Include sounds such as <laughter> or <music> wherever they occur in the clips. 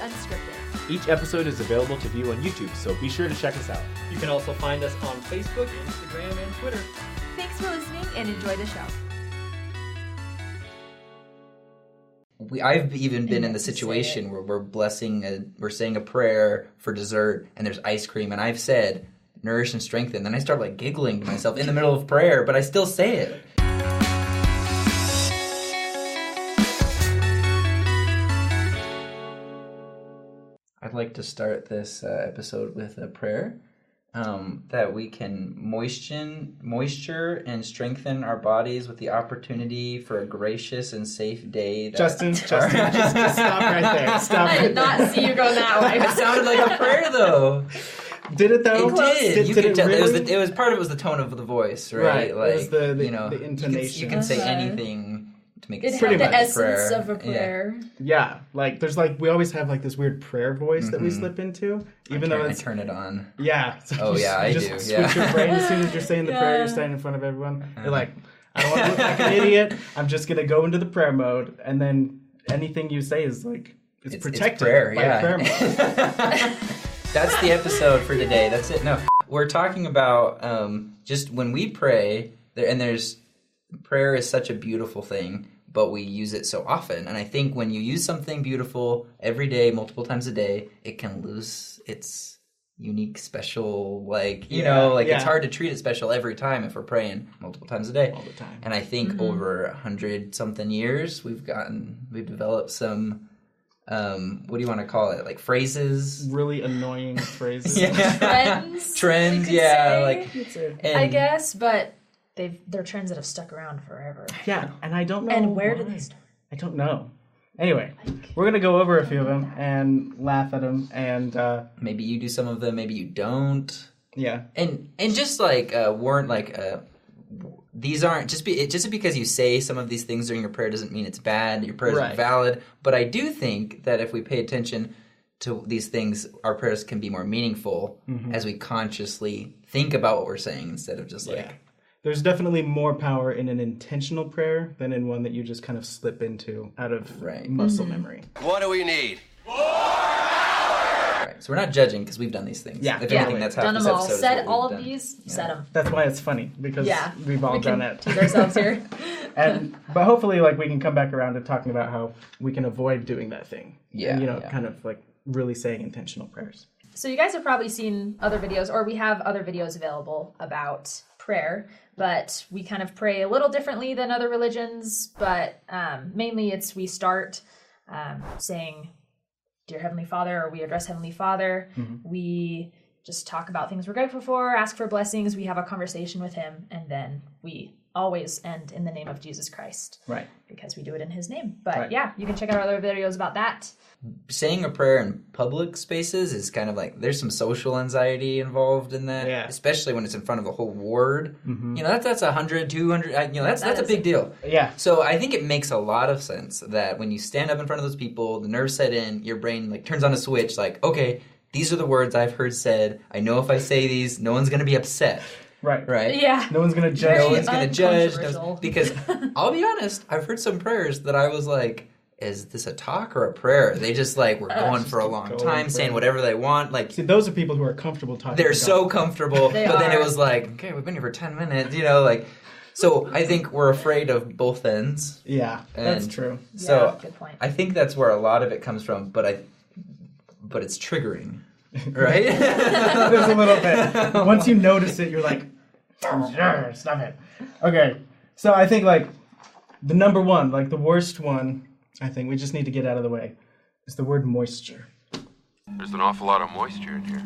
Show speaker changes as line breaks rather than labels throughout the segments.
Unscripted.
Each episode is available to view on YouTube, so be sure to check us out.
You can also find us on Facebook, Instagram, and Twitter.
Thanks for listening and enjoy the show.
we, I've even been in the situation where we're blessing, a, we're saying a prayer for dessert, and there's ice cream, and I've said nourish and strengthen. Then I start like giggling to myself in the middle of prayer, but I still say it. I'd like to start this uh, episode with a prayer um, that we can moisten, moisture and strengthen our bodies with the opportunity for a gracious and safe day. That...
Justin, Justin, just, just stop right
<laughs>
there. Stop
I
right
did not
there.
see you go that
it
way.
sounded like a prayer, though.
<laughs> Did it though?
It did. you
did
could
it
tell. It was.
really?
The, it was part of it was the tone of the voice,
Right,
right?
it
Like
was the- the-
you know,
the
you can- You
intonation.
can, say
Uh-huh.
anything to make it,
It
sound
Pretty
had
like
the
a prayer.
essence of a
Yeah. <laughs>
prayer.
Yeah, like there's like we always have like this weird prayer voice that we slip into, even
I
though
turn, I
it's
turn it on.
yeah. <laughs> So
Mm-hmm. Oh,
you,
yeah, I
you just
do,
switch
yeah. Uh-huh.
your brain as soon as you're saying the prayer. You're
<laughs> Yeah.
standing in front of everyone. You're like, I don't want to look like an idiot. I'm just gonna go into the prayer mode, and then anything you say is like it's,
It's, it's
protected
prayer.
by
yeah. <laughs>
prayer mode.
That's the episode for today. That's it. No, we're talking about um, just when we pray, there, and there's prayer is such a beautiful thing, but we use it so often. And I think when you use something beautiful every day, multiple times a day, it can lose its unique, special, like, you
Yeah,
know, like
yeah.
it's hard to treat it special every time if we're praying multiple times a day.
all the time.
And I think
Mm-hmm.
over a hundred something years, we've gotten, we've developed some, um, what do you want to call it? Like phrases?
Really
<laughs>
annoying phrases.
<laughs> Trends,
Trends,
you could
yeah.
say.
Like,
It's a-
and
I guess, but they've they're trends that have stuck around forever.
yeah, and I don't know.
and where did
why.
they start?
I don't know. Anyway, we're gonna go over a few of them and laugh at them, and uh,
maybe you do some of them, maybe you don't.
yeah,
And and just like uh, weren't like uh, these aren't just be it, just because you say some of these things during your prayer doesn't mean it's bad. Your prayers
Right.
are valid, but I do think that if we pay attention to these things, our prayers can be more meaningful
Mm-hmm.
as we consciously think about what we're saying instead of just like.
Yeah. There's definitely more power in an intentional prayer than in one that you just kind of slip into out of
Right.
Mm-hmm.
muscle memory.
What do we need?
Right. So we're not judging because we've done these things.
Yeah.
If
Yeah.
anything, that's how
done
this
them all.
episode is
Said
what
all
we've
of
done.
these. Said them.
That's why it's funny because
Yeah.
we've all
we
done
can
it.
tease ourselves here.
<laughs> And but hopefully, like we can come back around to talking about how we can avoid doing that thing.
Yeah,
And, you know,
yeah.
kind of like really saying intentional prayers.
So you guys have probably seen other videos, or we have other videos available about prayer, but we kind of pray a little differently than other religions. But um, mainly, it's we start um, saying, "Dear Heavenly Father," or we address Heavenly Father.
Mm-hmm.
We just talk about things we're grateful for, ask for blessings. We have a conversation with Him, and then we always end in the name of Jesus Christ
Right.
because we do it in His name. But
Right.
yeah, you can check out our other videos about that.
saying a prayer in public spaces is kind of like there's some social anxiety involved in that
Yeah.
especially when it's in front of a whole ward you know that, that's 100 200 I- you know that's
That
that's a
is
big
a-
deal
Yeah.
so i think it makes a lot of sense that when you stand up in front of those people the nerves set in your brain like turns on a switch like okay these are the words i've heard said i know if i say these no one's gonna be upset
Right.
right
Yeah.
No one's gonna judge.
no
Very
one's gonna judge no-
uncontroversial.
because
<laughs>
I'll be honest, I've heard some prayers that I was like, "Is this a talk or a prayer?" They just like
<laughs>
were going for a long
going
time,
for
saying
it.
whatever they want. Like
See, those are people who are comfortable talking.
they're
about
so comfortable,
They
but then it
are.
was like, "Okay, we've been here for ten minutes," you know, like. So I think we're afraid of both ends.
Yeah, that's
And-
true.
So
Yeah, good point.
I think that's where a lot of it comes from, but I, but it's
<laughs>
triggering, right?
There's a little
<laughs>
bit. Once you notice it, you're like, "Sure, stop it. Okay, so I think like the number one, like the worst one, I think we just need to get out of the way, is the word moisture.
There's an awful lot of moisture in here.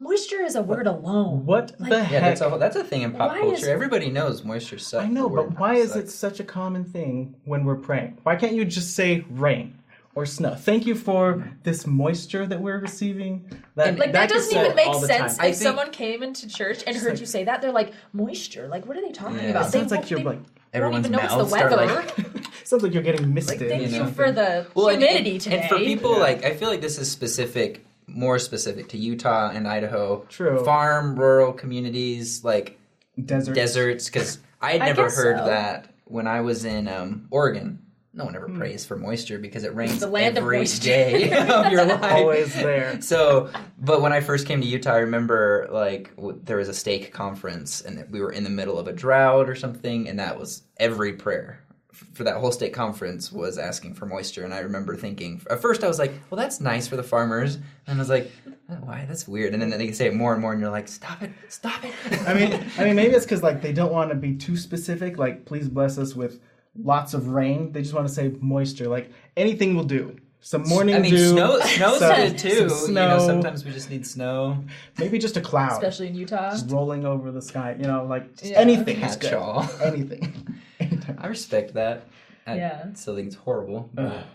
Moisture is a word alone.
What the
yeah,
heck?
that's a that's a thing in pop
Why
culture.
is-
Everybody knows moisture sucks.
I know,
the word
but why is
sucks.
it such a common thing when we're praying? Why can't you just say rain or snow? Thank you for this moisture that we're receiving. That,
Like that,
gets
doesn't
said
even make
all the
sense. If
time.
I think-
someone came into church and heard you say that, they're like moisture. Like what are they talking
Yeah.
about?
It sounds
they,
like you're
they
like
don't even
Everyone's
know it's
mouths
the
start
weather.
like
sounds like you're getting misted.
Thank
you
you,
know.
for the
Well, and-
humidity
and,
today.
And for people like, I feel like this is specific, more specific to Utah and Idaho.
True.
Farm, rural communities, like
Desert.
deserts, because I had never
guess
heard
so.
that when I was in um, Oregon. no one
Hmm.
ever prays for moisture because it rains
The land of
every
moisture.
day <laughs> of
<laughs>
your life.
Always there.
So, but when I first came to Utah, I remember like w- there was a stake conference, and we were in the middle of a drought or something, and that was every prayer f- for that whole state conference was asking for moisture. And I remember thinking at first I was like, "Well, that's nice for the farmers," and I was like, "Oh, "Why? That's weird." And then they say it more and more, and you're like, "Stop it! Stop it!"
<laughs> I mean, I mean, maybe it's because like they don't want to be too specific. Like, please bless us with lots of rain. They just want to say moisture. Like anything will do. Some morning
I mean,
dew.
snow, snow's
some-
good too.
some
You know,
snow.
sometimes we just need
<laughs>
snow.
Maybe just a cloud
<laughs> especially in Utah.
rolling over the sky. You know, like just
Yeah.
anything is good.
Catch-all.
Anything. <laughs> Anytime.
<laughs> I respect that. I
Yeah.
still think it's horrible. But,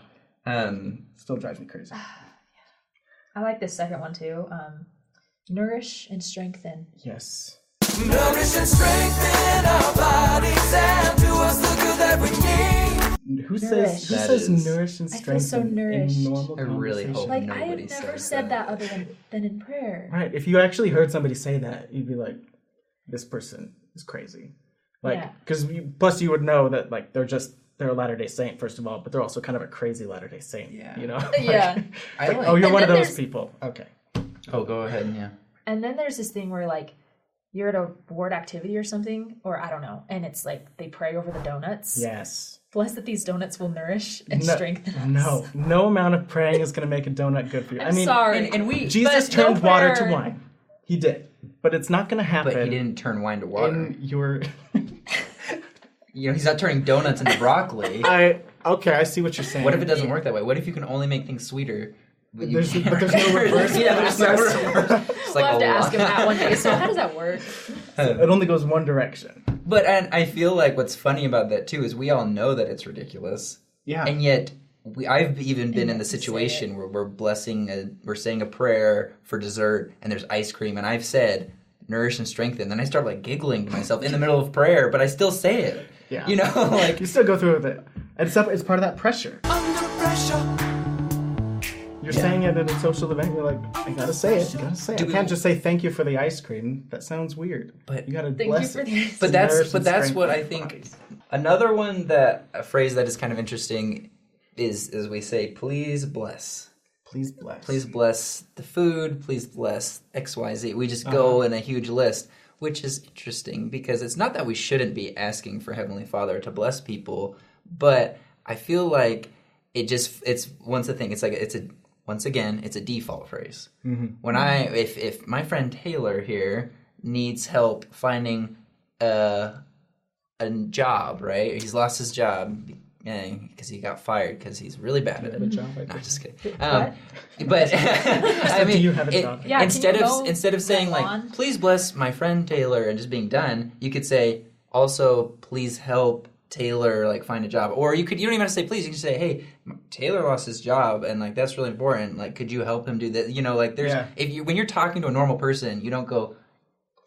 um,
Still drives me crazy.
I like this second one too. Um, nourish and strengthen.
Yes. Who says who
Nourish.
says
That is-
nourish and
I
strengthen
feel so nourished.
in normal
I really
conversation?
hope
Like I have
nobody
never
says
said
that.
that, other than, than in prayer.
Right. If you actually heard somebody say that, you'd be like, "This person is crazy."
Yeah.
Like, because you plus you would know that like they're just they're a Latter Day Saint first of all, but they're also kind of a crazy Latter Day Saint.
Yeah.
You know. <laughs>
Yeah.
Like,
I
like,
like-
oh, you're
And
one of
then
those
there's-
people. Okay.
Oh, go ahead. Yeah.
And then there's this thing where like you're at a ward activity or something, or I don't know, and it's like they pray over the donuts.
Yes.
Bless that these donuts will nourish and
No-
strengthen us.
No. No amount of praying is going to make a donut good for you.
I'm
I mean,
sorry.
And, and we,
Jesus
but no
turned water to
prayer.
wine. He did, but it's not going to happen.
but he didn't turn wine to water.
In your, <laughs>
you know, he's not turning donuts into
<laughs>
broccoli.
I okay, I see what you're saying.
what if it doesn't work that way? What if you can only make things sweeter? But, you
There's-
can't
but there's
<laughs>
no reverse.
yeah, there's no reverse. It's
We'll
like
have to
a
ask him
lot. <laughs>
that one day. So how does that work?
It only goes one direction.
But and I feel like what's funny about that too is we all know that it's ridiculous,
Yeah.
and yet we, I've even been in the
to say it.
situation where we're blessing, a, we're saying a prayer for dessert, and there's ice cream, and I've said nourish and strengthen, then I start like giggling to myself in the middle of prayer, but I still say it.
Yeah.
You know, <laughs> like
You still go through with it. It's, up, it's part of that pressure. You're saying it at a social event. You're like, I gotta say it. You gotta say it.
Do
I
we-
can't just say thank you for the ice cream. That sounds weird.
But-
you gotta
Thank
bless
you for
it.
this.
but that's
Nourish
but
and
that's what I
strengthen
think.
bodies.
Another one that a phrase that is kind of interesting is as we say, please bless.
Please bless.
please bless the food, please bless XYZ. We just go in a huge list, which is interesting because it's not that we shouldn't be asking for Heavenly Father to bless people, but I feel like it just it's once a thing. It's like it's a once again, it's a default phrase. When I if if my friend Taylor here needs help finding a a job, right? He's lost his job because he got fired because he's really bad at it. No, just kidding. Um,
<laughs>
but I mean,
do you have a
it-
job?
Yeah, can
instead
you
of
go
instead of saying like,
on?
"Please bless my friend Taylor" and just being done, you could say also, "Please help Taylor like find a job," or you could you don't even have to say please. You can say, "Hey, m- Taylor lost his job, and like that's really important. Like, could you help him do that?" You know, like there's
Yeah.
if you when you're talking to a normal person, you don't go,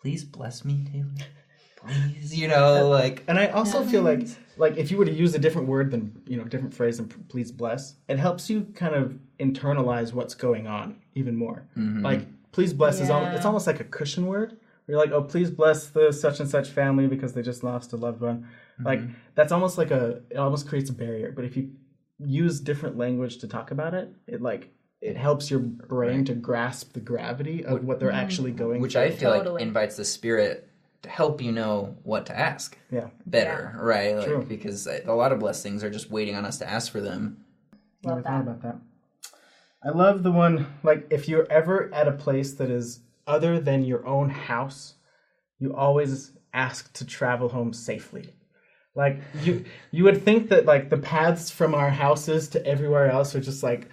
"Please bless me, Taylor." Please, you know, like
<laughs>
And I also feel like like if you were to use a different word than you know different phrase than please bless, it helps you kind of internalize what's going on even more. Like please bless is al-
Yeah.
it's almost like a cushion word. You're like oh please bless the such and such family because they just lost a loved one. Like that's almost like a it almost creates a barrier. But if you use different language to talk about it, it like it helps your brain to grasp the gravity of what they're actually going
which
through.
I feel
Totally.
like invites the spirit to help you know what to ask.
yeah.
better, right? Like,
True.
Because a a lot of blessings are just waiting on us to ask for them. <laughs>
Never thought about that. I love the one like if you're ever at a place that is other than your own house, you always ask to travel home safely. Like you you would think that like the paths from our houses to everywhere else are just like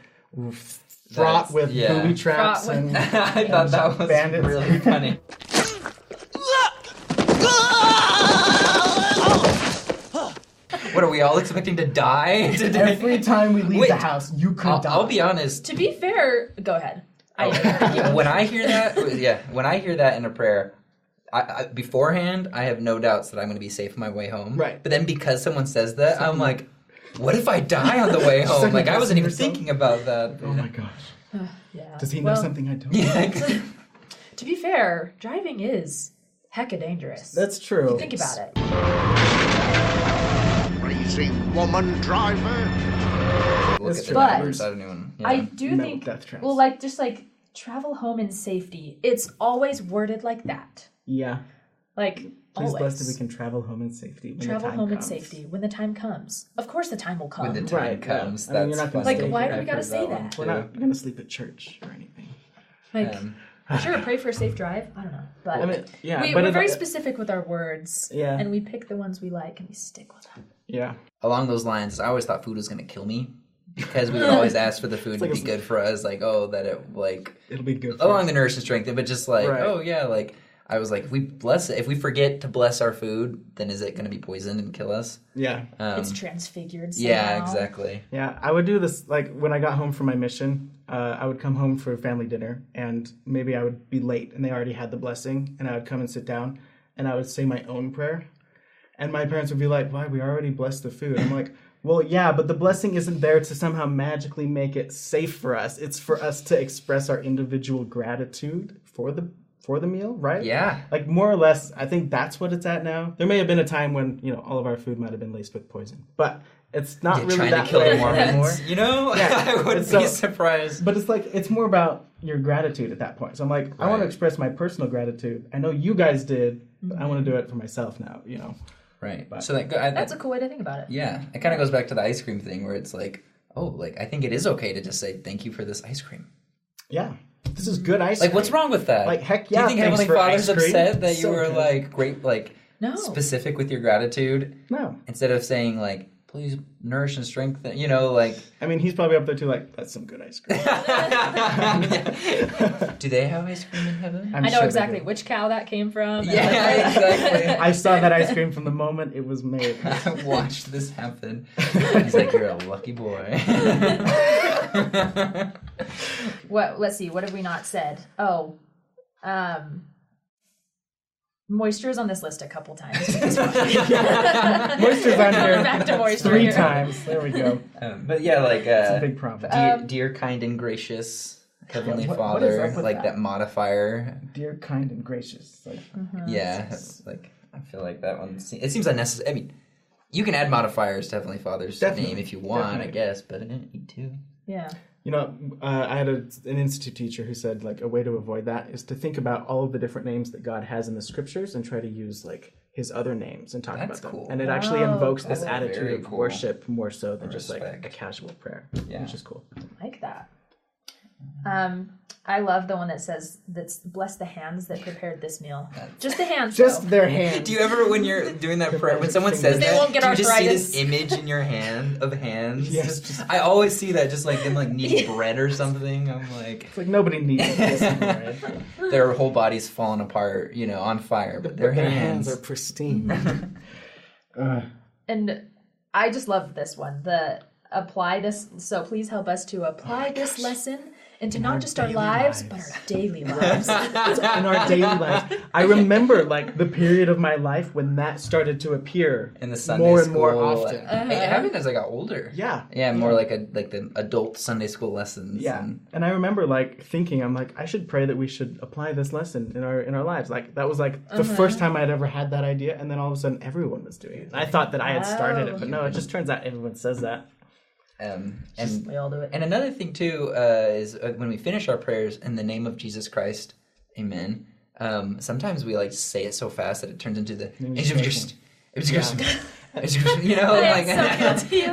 fraught
That's-
with
yeah.
booby traps
Fraught with-
and
<laughs> I thought that was
Bandits. <laughs>
really funny. what are we all expecting to die <laughs> today?
every time we leave
Wait.
the house you could
I'll,
die.
I'll be honest.
To be fair, go ahead. I,
Oh. <laughs> when I
<laughs>
hear that, yeah, when I hear that in a prayer, I, I, beforehand, I have no doubts that I'm going to be safe on my way home.
Right.
But then because someone says that, I'm like, what if I die on the
<laughs>
way home?
like
Like, I wasn't even
missing
thinking about that. <laughs>
oh my gosh.
yeah.
Does he know
Well,
something I don't?
Yeah.
To be fair, driving is hecka dangerous.
That's true.
Think about it.
crazy woman driver.
Look
That's true.
at the
But-
numbers. I don't even. Yeah.
I do
metal
think,
death traps.
well, like just like travel home in safety. It's always worded like that.
Yeah.
Like
Please blessed if we
always.
can travel home in safety. When the
Travel
time
home
comes.
in safety when the time comes. Of course, the time will come.
when the time
Right, yeah.
comes,
I mean,
that's
you're not gonna
funny.
Like, why do we
I've
gotta
heard
say
that one,
that?
We're
too.
not gonna sleep at church or anything.
like,
Um,
sure, pray for a safe drive. I don't know, but
I mean, yeah,
we,
but
we're
it-
very specific with our words.
Yeah.
and we pick the ones we like and we stick with them.
Yeah.
along those lines, I always thought food was gonna kill me
<laughs>
because we would always ask for the food
like
to be
a-
good for us. Like, oh, that it like
It'll be good. For
along the nourishing strength, but just like,
Right.
oh yeah, like I was like, if we bless it, if we forget to bless our food, then is it gonna be poisoned and kill us?
Yeah.
Um,
it's transfigured. Somehow.
yeah, exactly.
Yeah, I would do this like when I got home from my mission. Uh, I would come home for family dinner, and maybe I would be late, and they already had the blessing, and I would come and sit down, and I would say my own prayer, and my parents would be like, "Why? We already blessed the food." I'm like, "Well, yeah, but the blessing isn't there to somehow magically make it safe for us. It's for us to express our individual gratitude for the for the meal, right?
Yeah.
Like more or less, I think that's what it's at now. There may have been a time when you know all of our food might have been laced with poison, but it's not
You're
really
trying
that
to kill
way <laughs>
the Mormons,
anymore.
you know?
Yeah.
<laughs> I wouldn't
So-
be surprised.
But it's like it's more about your gratitude at that point. So I'm like, I want to
Right.
express my personal gratitude. I know you guys did. But I want to do it for myself now. You know,
Right. So that, I,
That's a cool way to think about it.
Yeah, it kind of goes back to the ice cream thing where it's like, oh, like I think it is okay to just say thank you for this ice cream.
yeah, this is good ice.
Like, what's
cream.
wrong with that?
Like, heck
Do
yeah,
you think
thanks
Heavenly
for
Father's
ice cream.
upset that you
So
were
good.
like great, like
No.
specific with your gratitude
No,
instead of saying like please nourish and strengthen? You
<laughs>
know, like <laughs>
I mean he's probably up there too. Like that's some good ice cream.
do they have ice cream in heaven?
I'm
I know
sure they
exactly
do.
which cow that came from. and <laughs> like-
yeah, exactly.
I saw that ice cream from the moment it was
<laughs>
made.
<laughs> I watched this
<laughs>
happen. He's
<laughs>
like, you're a lucky boy.
<laughs>
<laughs>
what let's see what have we not said oh um moisture is on this list a
<laughs>
couple times <laughs>
Um,
Moisture's on here
back to moisture
three
here.
times. There we go.
um, but yeah, like uh,
Big problem.
Dear,
Um,
dear kind and gracious Heavenly
what- what is
Father,
up with
like
that?
that, modifier.
Dear, kind, and gracious. Like,
Yeah, it's like I feel like that one. se- It seems unnecessary. I mean, you can add modifiers to Heavenly Father's
Definitely,
name if you want, I
definitely.
guess, but I didn't need to.
yeah
You know, uh, I had a, an institute teacher who said like a way to avoid that is to think about all of the different names that God has in the scriptures and try to use like his other names and talk
That's
about them.
cool.
And it actually
Oh,
invokes this
cool.
attitude
Very
of
cool.
worship more so than just like
Respect.
a casual prayer,
Yeah.
which is cool.
I like that um i love the one that says that's bless the hands that prepared this meal just the hands
Just
though.
their hand.
<laughs> Do you ever, when you're doing that prayer, when someone says
They
that,
won't get
do you just see
arthritis.
this image in your hand of hands?
Yes,
Just- I always see that, just like them,
<laughs>
like needing bread or something. I'm like,
It's like nobody needs
<laughs>
this. right?
their whole body's falling apart, you know, on fire, but their,
Their
hands.
hands are
<laughs>
pristine. uh,
and i just love this one the apply this so please help us to apply this lesson into not just our
daily
lives, but
lives.
our daily lives <laughs>
in our daily lives. I remember like the period of my life when that started to appear
in the Sunday
more and
school.
more often.
Uh, It happened as I got older.
Yeah.
Yeah, more like a like the adult Sunday school lessons.
Yeah.
and-
And I remember like thinking, I'm like, I should pray that we should apply this lesson in our in our lives. Like that was like the
Uh-huh.
first time I'd ever had that idea, and then all of a sudden everyone was doing it. And I thought that I had started it, but
Oh.
no, it just turns out everyone says that.
um, and
we all do it
and another thing too uh, is uh, when we finish our prayers in the name of Jesus Christ, Amen. Um, sometimes we like say it so fast that it turns into the "It's just- it's just- it's just," you <laughs> know, like,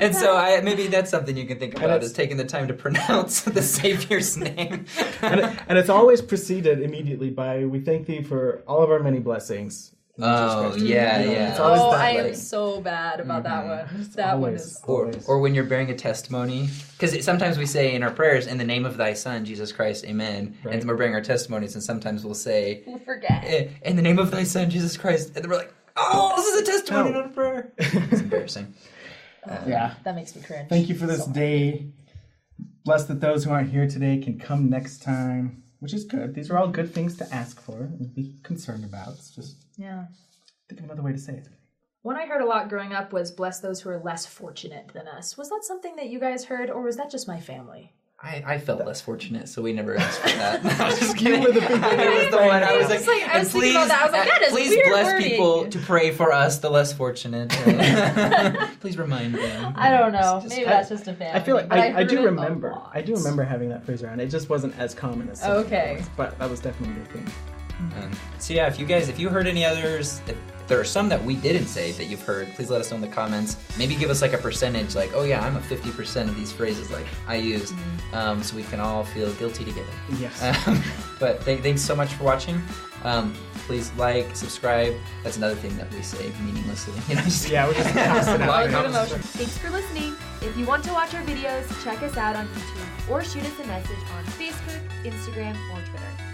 and so I maybe that's something you can think about
it's-
is taking the time to <laughs> pronounce the Savior's name.
And, it, and it's always preceded immediately by we thank thee for all of our many blessings. In Jesus
oh
Christ.
yeah,
You know,
yeah.
It's always
oh,
that,
I am
like,
so bad about that one. That one
always,
is.
or,
always.
or when you're bearing a testimony because sometimes we say in our prayers in the name of thy son jesus christ amen and we're bearing our testimonies and sometimes we'll say
We'll forget.
"Eh, in the name of thy son jesus christ and then we're like oh this is a testimony
No.
not a
<laughs>
prayer it's embarrassing
yeah.
That makes me cringe.
Thank you for this day. Blessed that those who aren't here today can come next time, which is good. These are all good things to ask for and be concerned about. It's just
Yeah.
think of another way to say it.
One I heard a lot growing up was bless those who are less fortunate than us. Was that something that you guys heard, or was that just my family?
I, I felt less fortunate, so we never asked for that. <laughs> I was just
<laughs> You
kidding.
were the
<laughs>
people
I
who were
was the
praying
one. I was
for.
like,
It's like, I
and
was
please,
thinking about that. I was like, that is
please
weird
bless
wording.
people to pray for us, the less
<laughs>
fortunate. please remind them.
I don't know.
Just-
Maybe
I-
that's just a family.
I feel like
thing, but
I, I
heard it
do
a
remember.
lot.
I do remember having that phrase around. It just wasn't as common as some
Okay.
other ones, but that was definitely a thing.
Um, so yeah, if you guys, if you heard any others, if there are some that we didn't say that you've heard, please let us know in the comments. Maybe give us like a percentage, like, oh yeah, I'm a 50% of these phrases like I used, um, so we can all feel guilty together.
Mm-hmm. Yes.
<laughs> Um, but th- thanks so much for watching. Um, please like, subscribe. That's another thing that we say meaninglessly. <laughs> You know, <laughs> just
yeah, we're just passing
Lot
out.
of
right now.
comments.
Thanks for listening. If you want to watch our videos, check us out on YouTube or shoot us a message on Facebook, Instagram, or Twitter.